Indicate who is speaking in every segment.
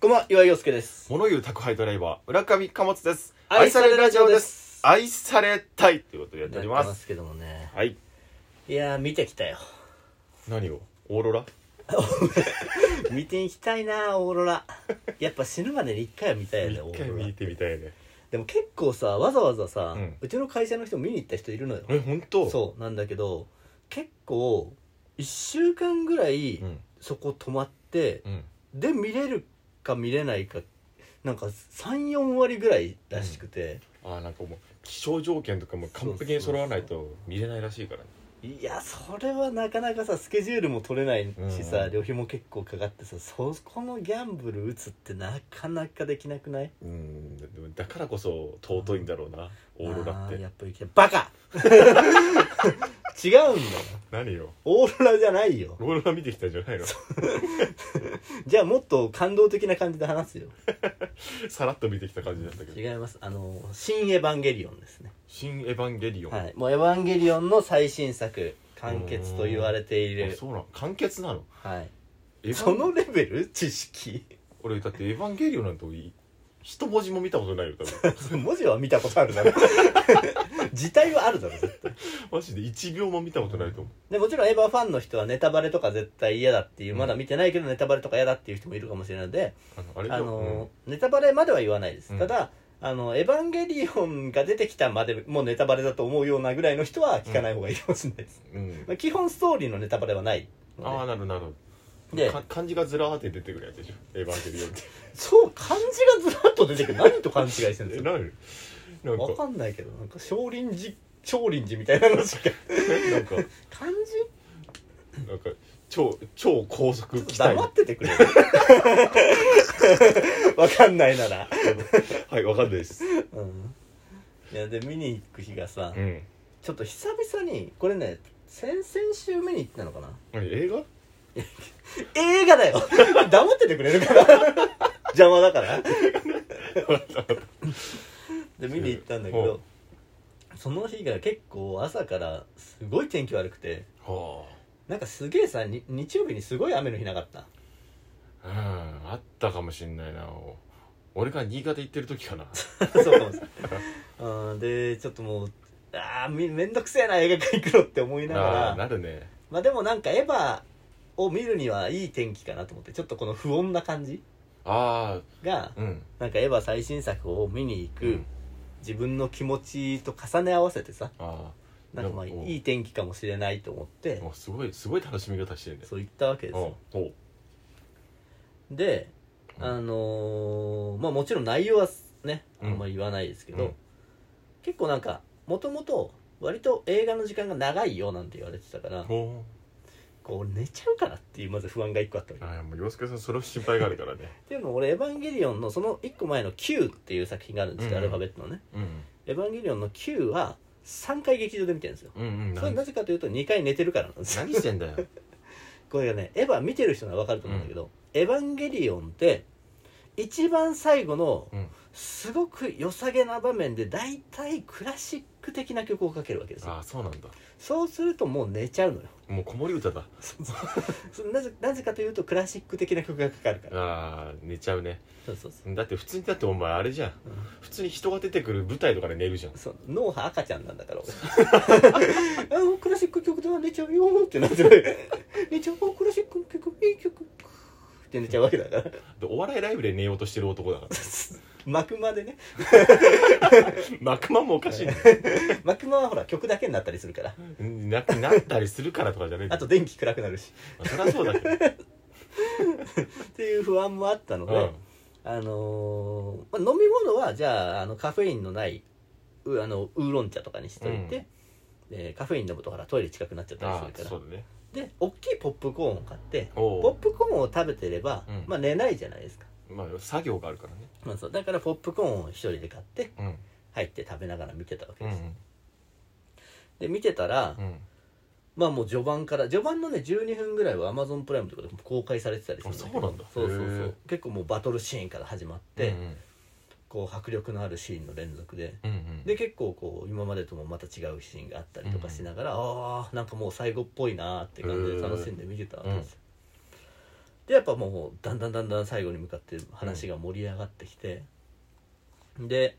Speaker 1: こんばんは、岩井陽介です。
Speaker 2: 物言う宅配ドライバー村上貨物です
Speaker 1: 愛されラジオです
Speaker 2: 愛されたいということでやっておりま
Speaker 1: やってますすけどもね。
Speaker 2: はい
Speaker 1: いやー、見てき たよ。
Speaker 2: 何をオーロラ
Speaker 1: 見ていきたいなオーロラ。やっぱ死ぬまでに一回は見たいよね、
Speaker 2: 一
Speaker 1: オ
Speaker 2: 回
Speaker 1: ーロラ
Speaker 2: 見。てみたいね
Speaker 1: でも結構さ、わざわざさ、
Speaker 2: うん
Speaker 1: うちの会社の人見に行った人いるのよ。
Speaker 2: え本当
Speaker 1: そう、なんだけど、結構、一週間ぐらい、
Speaker 2: ん
Speaker 1: そこ泊まって、
Speaker 2: うん
Speaker 1: で、見れるか見れないか、なんか3、4割ぐらいらしくて、
Speaker 2: あーなんかもう気象条件とかも完璧に揃わないと見れないらしいからね
Speaker 1: いやそれはなかなかさスケジュールも取れないしさ、
Speaker 2: うん
Speaker 1: 旅費も結構かかってさそこのギャンブル打つってなかなかできなくない
Speaker 2: うんでもだからこそ尊いんだろうなオーロラ
Speaker 1: あ
Speaker 2: って
Speaker 1: やっぱりバカ 違うんだよ
Speaker 2: 何よ
Speaker 1: オーロラじゃないよ
Speaker 2: オーロラ見てきたんじゃないの
Speaker 1: じゃあもっと感動的な感じで話すよ
Speaker 2: さらっと見てきた感じだったけど
Speaker 1: 違いますあの「新エヴァンゲリオン」ですね
Speaker 2: 「新エヴァンゲリオン」
Speaker 1: はいもう「エヴァンゲリオン」の最新作完結と言われてい
Speaker 2: あ
Speaker 1: る
Speaker 2: そうなの完結なの
Speaker 1: はい
Speaker 2: エヴァン
Speaker 1: そのレベル知識
Speaker 2: 俺だって「エヴァンゲリオン」なんて俺一文字も見たことないよ多 分
Speaker 1: 文字は見たことあるだろ 字体はあるだろ絶対
Speaker 2: マジで1秒も見たことないと思
Speaker 1: でもちろんエヴァファンの人はネタバレとか絶対嫌だっていう、
Speaker 2: うん
Speaker 1: まだ見てないけどネタバレとか嫌だっていう人もいるかもしれないので、
Speaker 2: うあのあれだ
Speaker 1: あのネタバレまでは言わないです、
Speaker 2: うん
Speaker 1: ただあの「エヴァンゲリオン」が出てきたまでもうネタバレだと思うようなぐらいの人は聞かない方がいいかもしれないです、
Speaker 2: うん、うん
Speaker 1: まあ、基本ストーリーのネタバレはないので
Speaker 2: ああなるほどなるほど
Speaker 1: で
Speaker 2: か漢字がずらーって出てくるやつでしょ「エヴァンゲリオ ン」って
Speaker 1: そう漢字がずらっと出てくる何と勘違いしてるんで
Speaker 2: え
Speaker 1: す
Speaker 2: な
Speaker 1: か
Speaker 2: るなん
Speaker 1: わ
Speaker 2: か
Speaker 1: かんないけどなんか少林寺少林寺みたいなのしか
Speaker 2: なんか
Speaker 1: 漢字
Speaker 2: なんか超超高速機体
Speaker 1: 黙っててく れるわかんないなら
Speaker 2: はいわかんないです
Speaker 1: うんいやで見に行く日がさ、
Speaker 2: うん
Speaker 1: ちょっと久々にこれね先々週見に行ったのかな
Speaker 2: 何映画
Speaker 1: 映画だよ 黙っててくれるから 邪魔だから で見に行ったんだけどその日が結構朝からすごい天気悪くて
Speaker 2: は
Speaker 1: なんかすげえさに日曜日にすごい雨の日なか った
Speaker 2: あうんあったかもしんないな俺が新潟行ってる時 かな
Speaker 1: そうかもしれないうんでちょっともうああめめんどくせえな映画館行くのって思いなが
Speaker 2: あ
Speaker 1: ら
Speaker 2: あなるね
Speaker 1: まあでもなんかエヴァを見るにはいい天気かなと思ってちょっとこの不穏な感じ
Speaker 2: あ
Speaker 1: が
Speaker 2: あうん
Speaker 1: なんかエヴァ最新作を見に行く、
Speaker 2: うん
Speaker 1: 自分の気持ちと重ね合わせてさ
Speaker 2: あ
Speaker 1: なんかまあ
Speaker 2: うん
Speaker 1: いい天気かもしれないと思って
Speaker 2: あもうすごいすごい楽しみ方してるね
Speaker 1: そう言ったわけですよ
Speaker 2: おう
Speaker 1: で
Speaker 2: うん
Speaker 1: あのーまあもちろん内容はねあ
Speaker 2: うん
Speaker 1: んまり言わないですけど、
Speaker 2: うん
Speaker 1: 結構なんかもともと割と映画の時間が長いよなんて言われてたから
Speaker 2: ほ
Speaker 1: こう寝ちゃうからっていうまず不安が一個あったわけ
Speaker 2: うああもう洋介さんそれは心配があるから ね
Speaker 1: っていうのも俺「エヴァンゲリオン」のその1個前の「Q」っていう作品があるんですけど、
Speaker 2: う
Speaker 1: ア
Speaker 2: ん
Speaker 1: ルファベットのね
Speaker 2: うん
Speaker 1: 「エヴァンゲリオン」の「Q」は3回劇場で見てるんですよ
Speaker 2: うんうん
Speaker 1: それはなぜかというと2回寝てるからなんですよ
Speaker 2: して んだよ
Speaker 1: これがねエヴァ見てる人なら分かると思うんだけど「エヴァンゲリオン」って一番最後の
Speaker 2: うん
Speaker 1: すごく良さげな場面で大体クラシック的な曲をかけるわけですよ
Speaker 2: ああそうなんだ
Speaker 1: そうするともう寝ちゃ うのよ
Speaker 2: もう子守歌だ
Speaker 1: そ れなぜなぜかというとクラシック的な曲がかかるから
Speaker 2: ああ寝ちゃうね
Speaker 1: そうそうそう
Speaker 2: だって普通にだってお前あれじゃん
Speaker 1: うん
Speaker 2: 普通に人が出てくる舞台とかで寝るじゃん
Speaker 1: そう脳波赤ちゃんなんだから俺 あもうクラシック曲だ寝ちゃうよーってなってる 寝ちゃうあクラシックの曲いい曲って寝ちゃうわけだから
Speaker 2: でお笑いライブで寝ようとしてる男だ から
Speaker 1: 幕間でね
Speaker 2: 幕間もお かしいね
Speaker 1: 幕間はほら曲だけになったりするから
Speaker 2: うんななったりするからとかじゃねえんだ
Speaker 1: あ
Speaker 2: よ
Speaker 1: と電気暗くなるし
Speaker 2: まあそりゃそうだけ
Speaker 1: っていう不安もあったので、
Speaker 2: どうん
Speaker 1: あのーまあ、飲み物はじゃああのカフェインのないうあのウーロン茶とかにしといて、でカフェイン飲むとほらトイレ近くなっちゃったり
Speaker 2: ああ
Speaker 1: するか
Speaker 2: そ
Speaker 1: ら
Speaker 2: うだね
Speaker 1: で大きいポップコーンを買って
Speaker 2: お
Speaker 1: ポッ
Speaker 2: お
Speaker 1: プコーンを食べてれば、
Speaker 2: うん
Speaker 1: まあ寝ないじゃないですか、
Speaker 2: まあ作業があるからね
Speaker 1: まあ、そうだからポップコーンを一人で買って
Speaker 2: うん
Speaker 1: 入って食べながら見てたわけ
Speaker 2: う
Speaker 1: です、
Speaker 2: ん
Speaker 1: で見てたら、
Speaker 2: うん
Speaker 1: まあもう序盤から序盤のね12分ぐらいは Amazon プライムとかでも公開されてたりするけど
Speaker 2: あそうなんだ
Speaker 1: そうそうそ
Speaker 2: へ
Speaker 1: う
Speaker 2: え
Speaker 1: 結構もうバトルシーンから始まって、
Speaker 2: うん
Speaker 1: こう迫力のあるシーンの連続で
Speaker 2: うんうん
Speaker 1: で結構こう今までともまた違うシーンがあったりとかしながら、ああーなんかもう最後っぽいなーって感じで楽しんで見てたわけですよ、でやっぱもうだんだんだんだん最後に向かって話が盛り上がってきて、で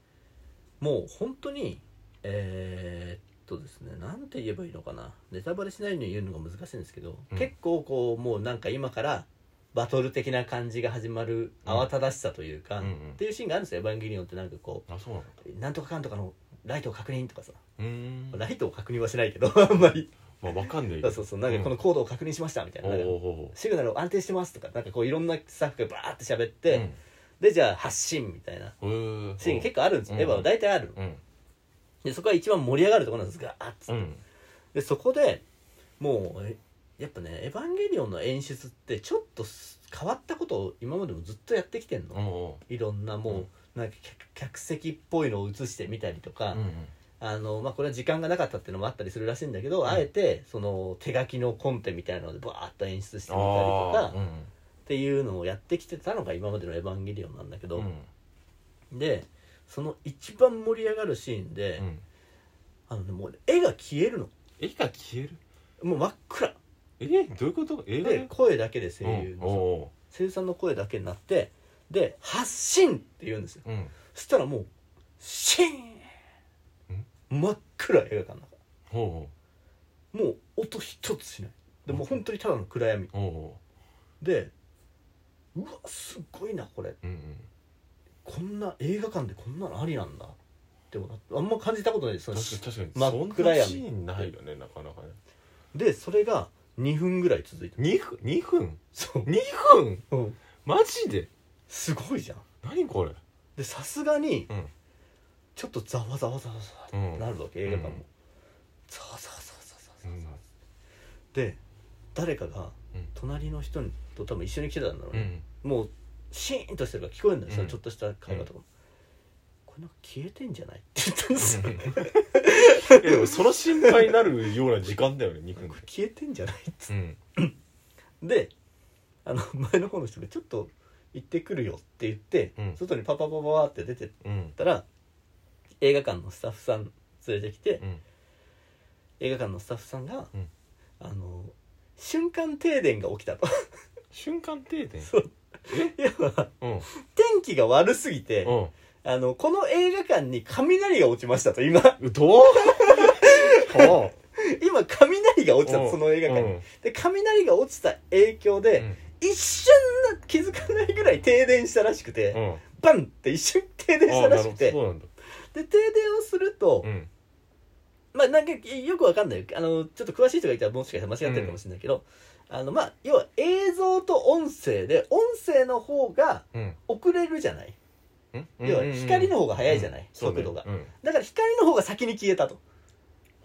Speaker 1: もう本当にえーっとですねなんて言えばいいのかなネタバレしないように言うのが難しいんですけど、
Speaker 2: うん
Speaker 1: 結構こうもうなんか今からバトル的な感じが始まる
Speaker 2: うん
Speaker 1: 慌ただしさというか、
Speaker 2: うんうん
Speaker 1: っていうシーンがあるんですよ「エヴァンゲリオン」ってなんかこ
Speaker 2: あそうなの
Speaker 1: うなんとかかんとかのライトを確認とかさ、
Speaker 2: うーん
Speaker 1: ライトを確認はしないけど あんまり
Speaker 2: まあわかんない
Speaker 1: そうそうそうなんかこのコードを確認しましたみたいな,、
Speaker 2: おう
Speaker 1: なんか
Speaker 2: おうおうおう
Speaker 1: シグナルを安定してますとかなんかこういろんなスタッフがバーって喋って、でじゃあ発信みたいな
Speaker 2: うんうー
Speaker 1: シーン結構あるんですよ、
Speaker 2: うん
Speaker 1: エヴァは大体ある
Speaker 2: うん
Speaker 1: でそこが一番盛り上がるところなんですがあっつって、
Speaker 2: うん
Speaker 1: でそこでもうえやっぱね「エヴァンゲリオン」の演出ってちょっとす変わったことを今までもずっとやってきてんの、
Speaker 2: おうお
Speaker 1: いろんなもう、
Speaker 2: うん
Speaker 1: なんか客客席っぽいのを映してみたりと
Speaker 2: う
Speaker 1: か、
Speaker 2: うん
Speaker 1: あのまあ、これは時間がなかったっていうのもあったりするらしいんだけど、
Speaker 2: ん
Speaker 1: あえてその手書きのコンペみたいなのでバーッと演出してみたりとか、
Speaker 2: ああ
Speaker 1: っていうのをやってきてたのが今までの「エヴァンゲリオン」なんだけ
Speaker 2: う
Speaker 1: ど、
Speaker 2: ん
Speaker 1: でその一番盛り上がるシーンで、
Speaker 2: うん
Speaker 1: あのねもう絵が消えるの
Speaker 2: 絵が消える
Speaker 1: もう真っ暗
Speaker 2: えーどういうこと映画
Speaker 1: で
Speaker 2: で
Speaker 1: 声だけで声
Speaker 2: う
Speaker 1: 優
Speaker 2: ん
Speaker 1: の、
Speaker 2: お
Speaker 1: 声優さんの声だけになってで「発信!」って言うんですよ
Speaker 2: うおううん
Speaker 1: そしたらもう「シーン!」真っ暗映画館の中
Speaker 2: おうおう
Speaker 1: もう音一つしないでもう本当にただの暗闇
Speaker 2: おうお
Speaker 1: でうわすごいなこれ
Speaker 2: ううんうん
Speaker 1: こんな映画館でこんなのありなんだって思ったあんま感じたことないですその
Speaker 2: 確かに
Speaker 1: 真
Speaker 2: 確か
Speaker 1: っ
Speaker 2: にそん
Speaker 1: 暗
Speaker 2: な
Speaker 1: 闇
Speaker 2: シーンないよねなかなかね
Speaker 1: でそれが2分ぐらい続いて
Speaker 2: 2分2分
Speaker 1: そう、
Speaker 2: 2分
Speaker 1: うん、
Speaker 2: マジです
Speaker 1: ごいじゃん
Speaker 2: 何これ
Speaker 1: でさすがに
Speaker 2: うん
Speaker 1: ちょっとざわざわざわざわってなるわけ、
Speaker 2: うん
Speaker 1: 映画館
Speaker 2: うん
Speaker 1: もざわざわざわざわざ
Speaker 2: う
Speaker 1: わ
Speaker 2: ん
Speaker 1: ざわで誰かが
Speaker 2: うん
Speaker 1: 隣の人と多分一緒に来てたんだろう
Speaker 2: う
Speaker 1: ね、
Speaker 2: ん
Speaker 1: もうシーンとしてるから聞こえるんだよ、
Speaker 2: うん
Speaker 1: そのちょっとした会話とかも、これなんか消えてんじゃないって言ったんですよ、
Speaker 2: いやでもその心配になるような時間だよね2分
Speaker 1: これ消えてんじゃないっつっ
Speaker 2: うん
Speaker 1: てであの 前の方の人が「ちょっと行ってくるよ」って言って、
Speaker 2: うん
Speaker 1: 外にパパパパパって出てっ
Speaker 2: うん
Speaker 1: たら映画館のスタッフさん連れてきて、
Speaker 2: うん
Speaker 1: 映画館のスタッフさんが、
Speaker 2: うん
Speaker 1: あの瞬間停電が起きたと
Speaker 2: 瞬間停電
Speaker 1: そういやまあ
Speaker 2: うん
Speaker 1: 天気が悪すぎて、
Speaker 2: うん
Speaker 1: あのこの映画館に雷が落ちましたと今
Speaker 2: うどうは
Speaker 1: 今雷が落ちた
Speaker 2: う
Speaker 1: と
Speaker 2: ん
Speaker 1: その映画館に、
Speaker 2: うん
Speaker 1: で雷が落ちた影響
Speaker 2: あ
Speaker 1: で、
Speaker 2: うん
Speaker 1: 一瞬な気づかないぐらい停電したらしくて、
Speaker 2: うん
Speaker 1: バンって一瞬停電し
Speaker 2: あ
Speaker 1: た
Speaker 2: な
Speaker 1: ら
Speaker 2: る
Speaker 1: し
Speaker 2: ほ
Speaker 1: く
Speaker 2: ど
Speaker 1: て
Speaker 2: そうなんだ
Speaker 1: で停電をすると、
Speaker 2: うん
Speaker 1: まあなんかよくわかんないあのちょっと詳しい人がいたらもしかしたら間違ってるかもしれないけど、あのまあ要は映像と音声で音声の方が
Speaker 2: うん
Speaker 1: 遅れるじゃない
Speaker 2: うん
Speaker 1: 要は光の方が速いじゃない
Speaker 2: うんそうね
Speaker 1: 速度が
Speaker 2: うん
Speaker 1: だから光の方が先に消えたと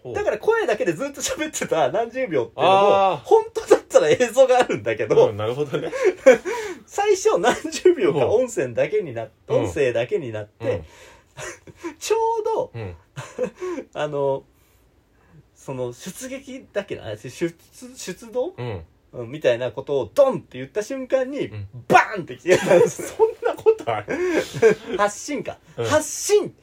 Speaker 2: ほう
Speaker 1: だから声だけでずっと喋ってた何十秒っていうのも
Speaker 2: あー
Speaker 1: 本当だったら映像があるんだけど、
Speaker 2: うんなるほどね
Speaker 1: 最初何十秒か
Speaker 2: うん
Speaker 1: 音声だけになっ
Speaker 2: うん
Speaker 1: 音声だけになって、ちょうど
Speaker 2: うんうん
Speaker 1: あのその出撃だっけなあ出出出動
Speaker 2: うん
Speaker 1: うんみたいなことをドンって言った瞬間に、
Speaker 2: うん
Speaker 1: バーンって消えたん です
Speaker 2: そんなことある
Speaker 1: 発信か、
Speaker 2: うん
Speaker 1: 発信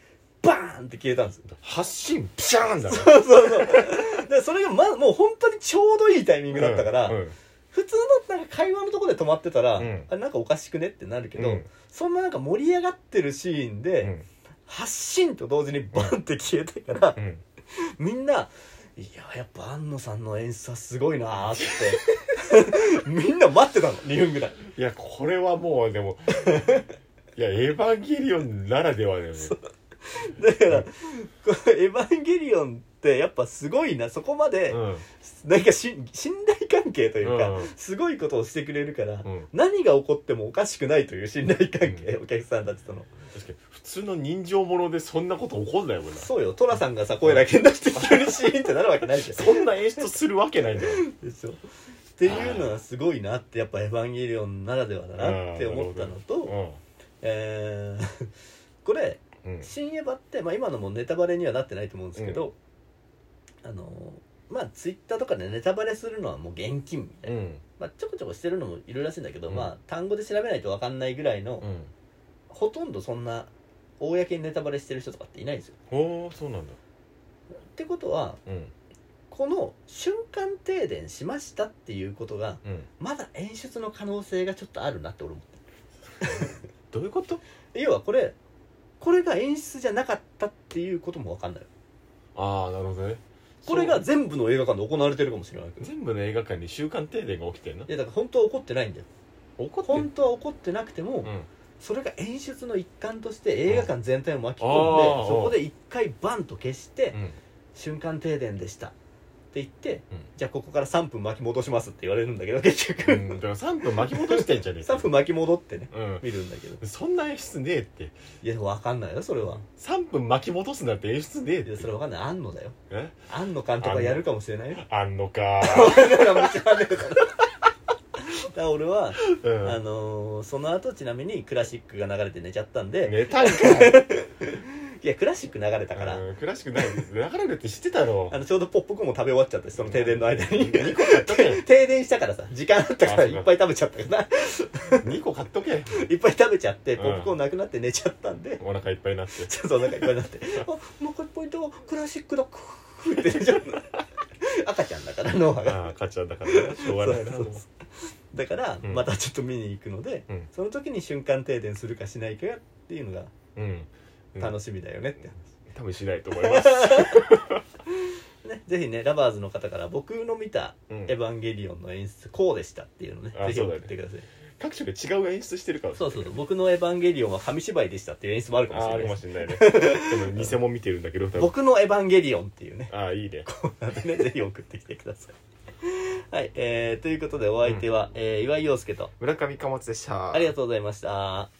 Speaker 1: バーンって消えたんです
Speaker 2: 発信ピシャーンだね
Speaker 1: そうそうそうでそれが、ま、もう本当にちょうどいいタイミングだったから、
Speaker 2: うん
Speaker 1: 普通のなんか会話のところで止まってたら、
Speaker 2: うん
Speaker 1: あなんかおかしくねってなるけど、
Speaker 2: うん
Speaker 1: そんななんか盛り上がってるシーンで、
Speaker 2: うん
Speaker 1: 発信と同時にバンって消えたから
Speaker 2: う、ん
Speaker 1: みんな「いややっぱ安野さんの演出はすごいな」ってみんな待ってた の2分ぐらい
Speaker 2: いやこれはもうで もいや「エヴァンゲリオン」ならではだよね
Speaker 1: だから「このエヴァンゲリオン」ってやっぱすごいなそこまで、
Speaker 2: うん
Speaker 1: なんかし信頼関係というか、
Speaker 2: うん
Speaker 1: すごいことをしてくれるから、
Speaker 2: うん
Speaker 1: 何が起こってもおかしくないという信頼関係、お客さんたちとの
Speaker 2: 確かに普通の人情ものでそんなこと起こんないもんな
Speaker 1: そうよ寅さんがさ声だけ出して急にシーンってなるわけないじゃん
Speaker 2: そんな演出するわけないんだよ
Speaker 1: でしょっていうのはすごいなってやっぱ「エヴァンゲリオン」ならではだなって思ったのと、えー これ
Speaker 2: うんうん
Speaker 1: 「新エヴァ」って、まあ、今のもネタバレにはなってないと思うんですけど、あのまあツイッターとかでネタバレするのはもう現金みたいな、
Speaker 2: うん
Speaker 1: まあ、ちょこちょこしてるのもいるらしいんだけど、
Speaker 2: うん
Speaker 1: まあ単語で調べないと分かんないぐらいの、
Speaker 2: うん
Speaker 1: ほとんどそんな公にネタバレしてる人とかっていないんですよ。
Speaker 2: おーそうなんだ
Speaker 1: ってことは
Speaker 2: うん
Speaker 1: この瞬間停電しましたっていうことが
Speaker 2: うん
Speaker 1: まだ演出の可能性がちょっとあるなって俺思っ
Speaker 2: どういうこと
Speaker 1: た要はこれこれが演出じゃなかったっていうことも分かんない
Speaker 2: ああなるほどね
Speaker 1: これが
Speaker 2: そう
Speaker 1: 全部の映画館で行われてるかもしれないけどい
Speaker 2: 全部の映画館に週間停電が起きてるな
Speaker 1: やだから本当は怒ってないんだよ
Speaker 2: 怒って
Speaker 1: 本
Speaker 2: ん
Speaker 1: 当は怒ってなくても、
Speaker 2: うん
Speaker 1: それが演出の一環として映画館全体を巻き込
Speaker 2: あ
Speaker 1: ん
Speaker 2: ー
Speaker 1: でそこで一回バンと消して、
Speaker 2: うん
Speaker 1: 瞬間停電でしたって言って、
Speaker 2: うん
Speaker 1: じゃあここから3分巻き戻しますって言われるんだけど結局、
Speaker 2: うん、だから3分巻き戻してんじゃねえ
Speaker 1: 3分巻き戻ってね
Speaker 2: う
Speaker 1: 見るんだけど
Speaker 2: んそんな演出ねえって
Speaker 1: いや分かんないよそれは
Speaker 2: 3分巻き戻すなんて演出ねえっ
Speaker 1: い
Speaker 2: て
Speaker 1: やそれ分かんない庵野だよ
Speaker 2: え
Speaker 1: 庵野監督がやるかもしれないよ
Speaker 2: あんの か
Speaker 1: だからもう知らねえからだから俺は、
Speaker 2: うん
Speaker 1: あのーその後ちなみにクラシックが流れて寝ちゃったんで、
Speaker 2: 寝たんかい
Speaker 1: いやクラシック流れたから、
Speaker 2: うん詳しくない流れるって知ってたろ
Speaker 1: あのちょうどポップコーンも食べ終わっちゃったしその停電の間に
Speaker 2: 2個買っとけ
Speaker 1: 停電したからさ時間あったから
Speaker 2: あそう
Speaker 1: い
Speaker 2: か
Speaker 1: っぱい食べちゃった から
Speaker 2: 2個買っとけ
Speaker 1: いっぱい食べちゃって
Speaker 2: うん
Speaker 1: ポップコーンなくなって寝ちゃったんで、
Speaker 2: お腹いっぱいになって
Speaker 1: ちょっとお腹いっぱいにな って「あもう一回ポイントクラシックだ」クーって寝ちゃった 赤ちゃんだから脳波が
Speaker 2: ああ買っちゃったからなしょうがないな
Speaker 1: そうそうそうだから、
Speaker 2: うん
Speaker 1: またちょっと見に行くので、
Speaker 2: うん
Speaker 1: その時に瞬間停電するかしないかっていうのが
Speaker 2: うんうん
Speaker 1: 楽しみだよねって話、
Speaker 2: 多分しないと思います、
Speaker 1: ね、ぜひねラバーズの方から僕の見た「
Speaker 2: うん
Speaker 1: エヴァンゲリオン」の演出こうでしたっていうのね
Speaker 2: あ
Speaker 1: ぜひ
Speaker 2: そうだ
Speaker 1: 送っ
Speaker 2: ね
Speaker 1: てください
Speaker 2: 各所で違う演出してるから
Speaker 1: そうそうそう僕の「エヴァンゲリオン」は紙芝居でしたっていう演出もあるかもし
Speaker 2: ああ
Speaker 1: れ
Speaker 2: る
Speaker 1: ないで
Speaker 2: かも
Speaker 1: す
Speaker 2: しれないねでも偽物見てるんだけど多分
Speaker 1: 僕の「エヴァンゲリオン」っていうね
Speaker 2: ああいいね
Speaker 1: なんでねぜひ送ってきてくださいはい、えー、ということでお相手は、えー岩井陽介と
Speaker 2: 村上貨物でした
Speaker 1: ありがとうございました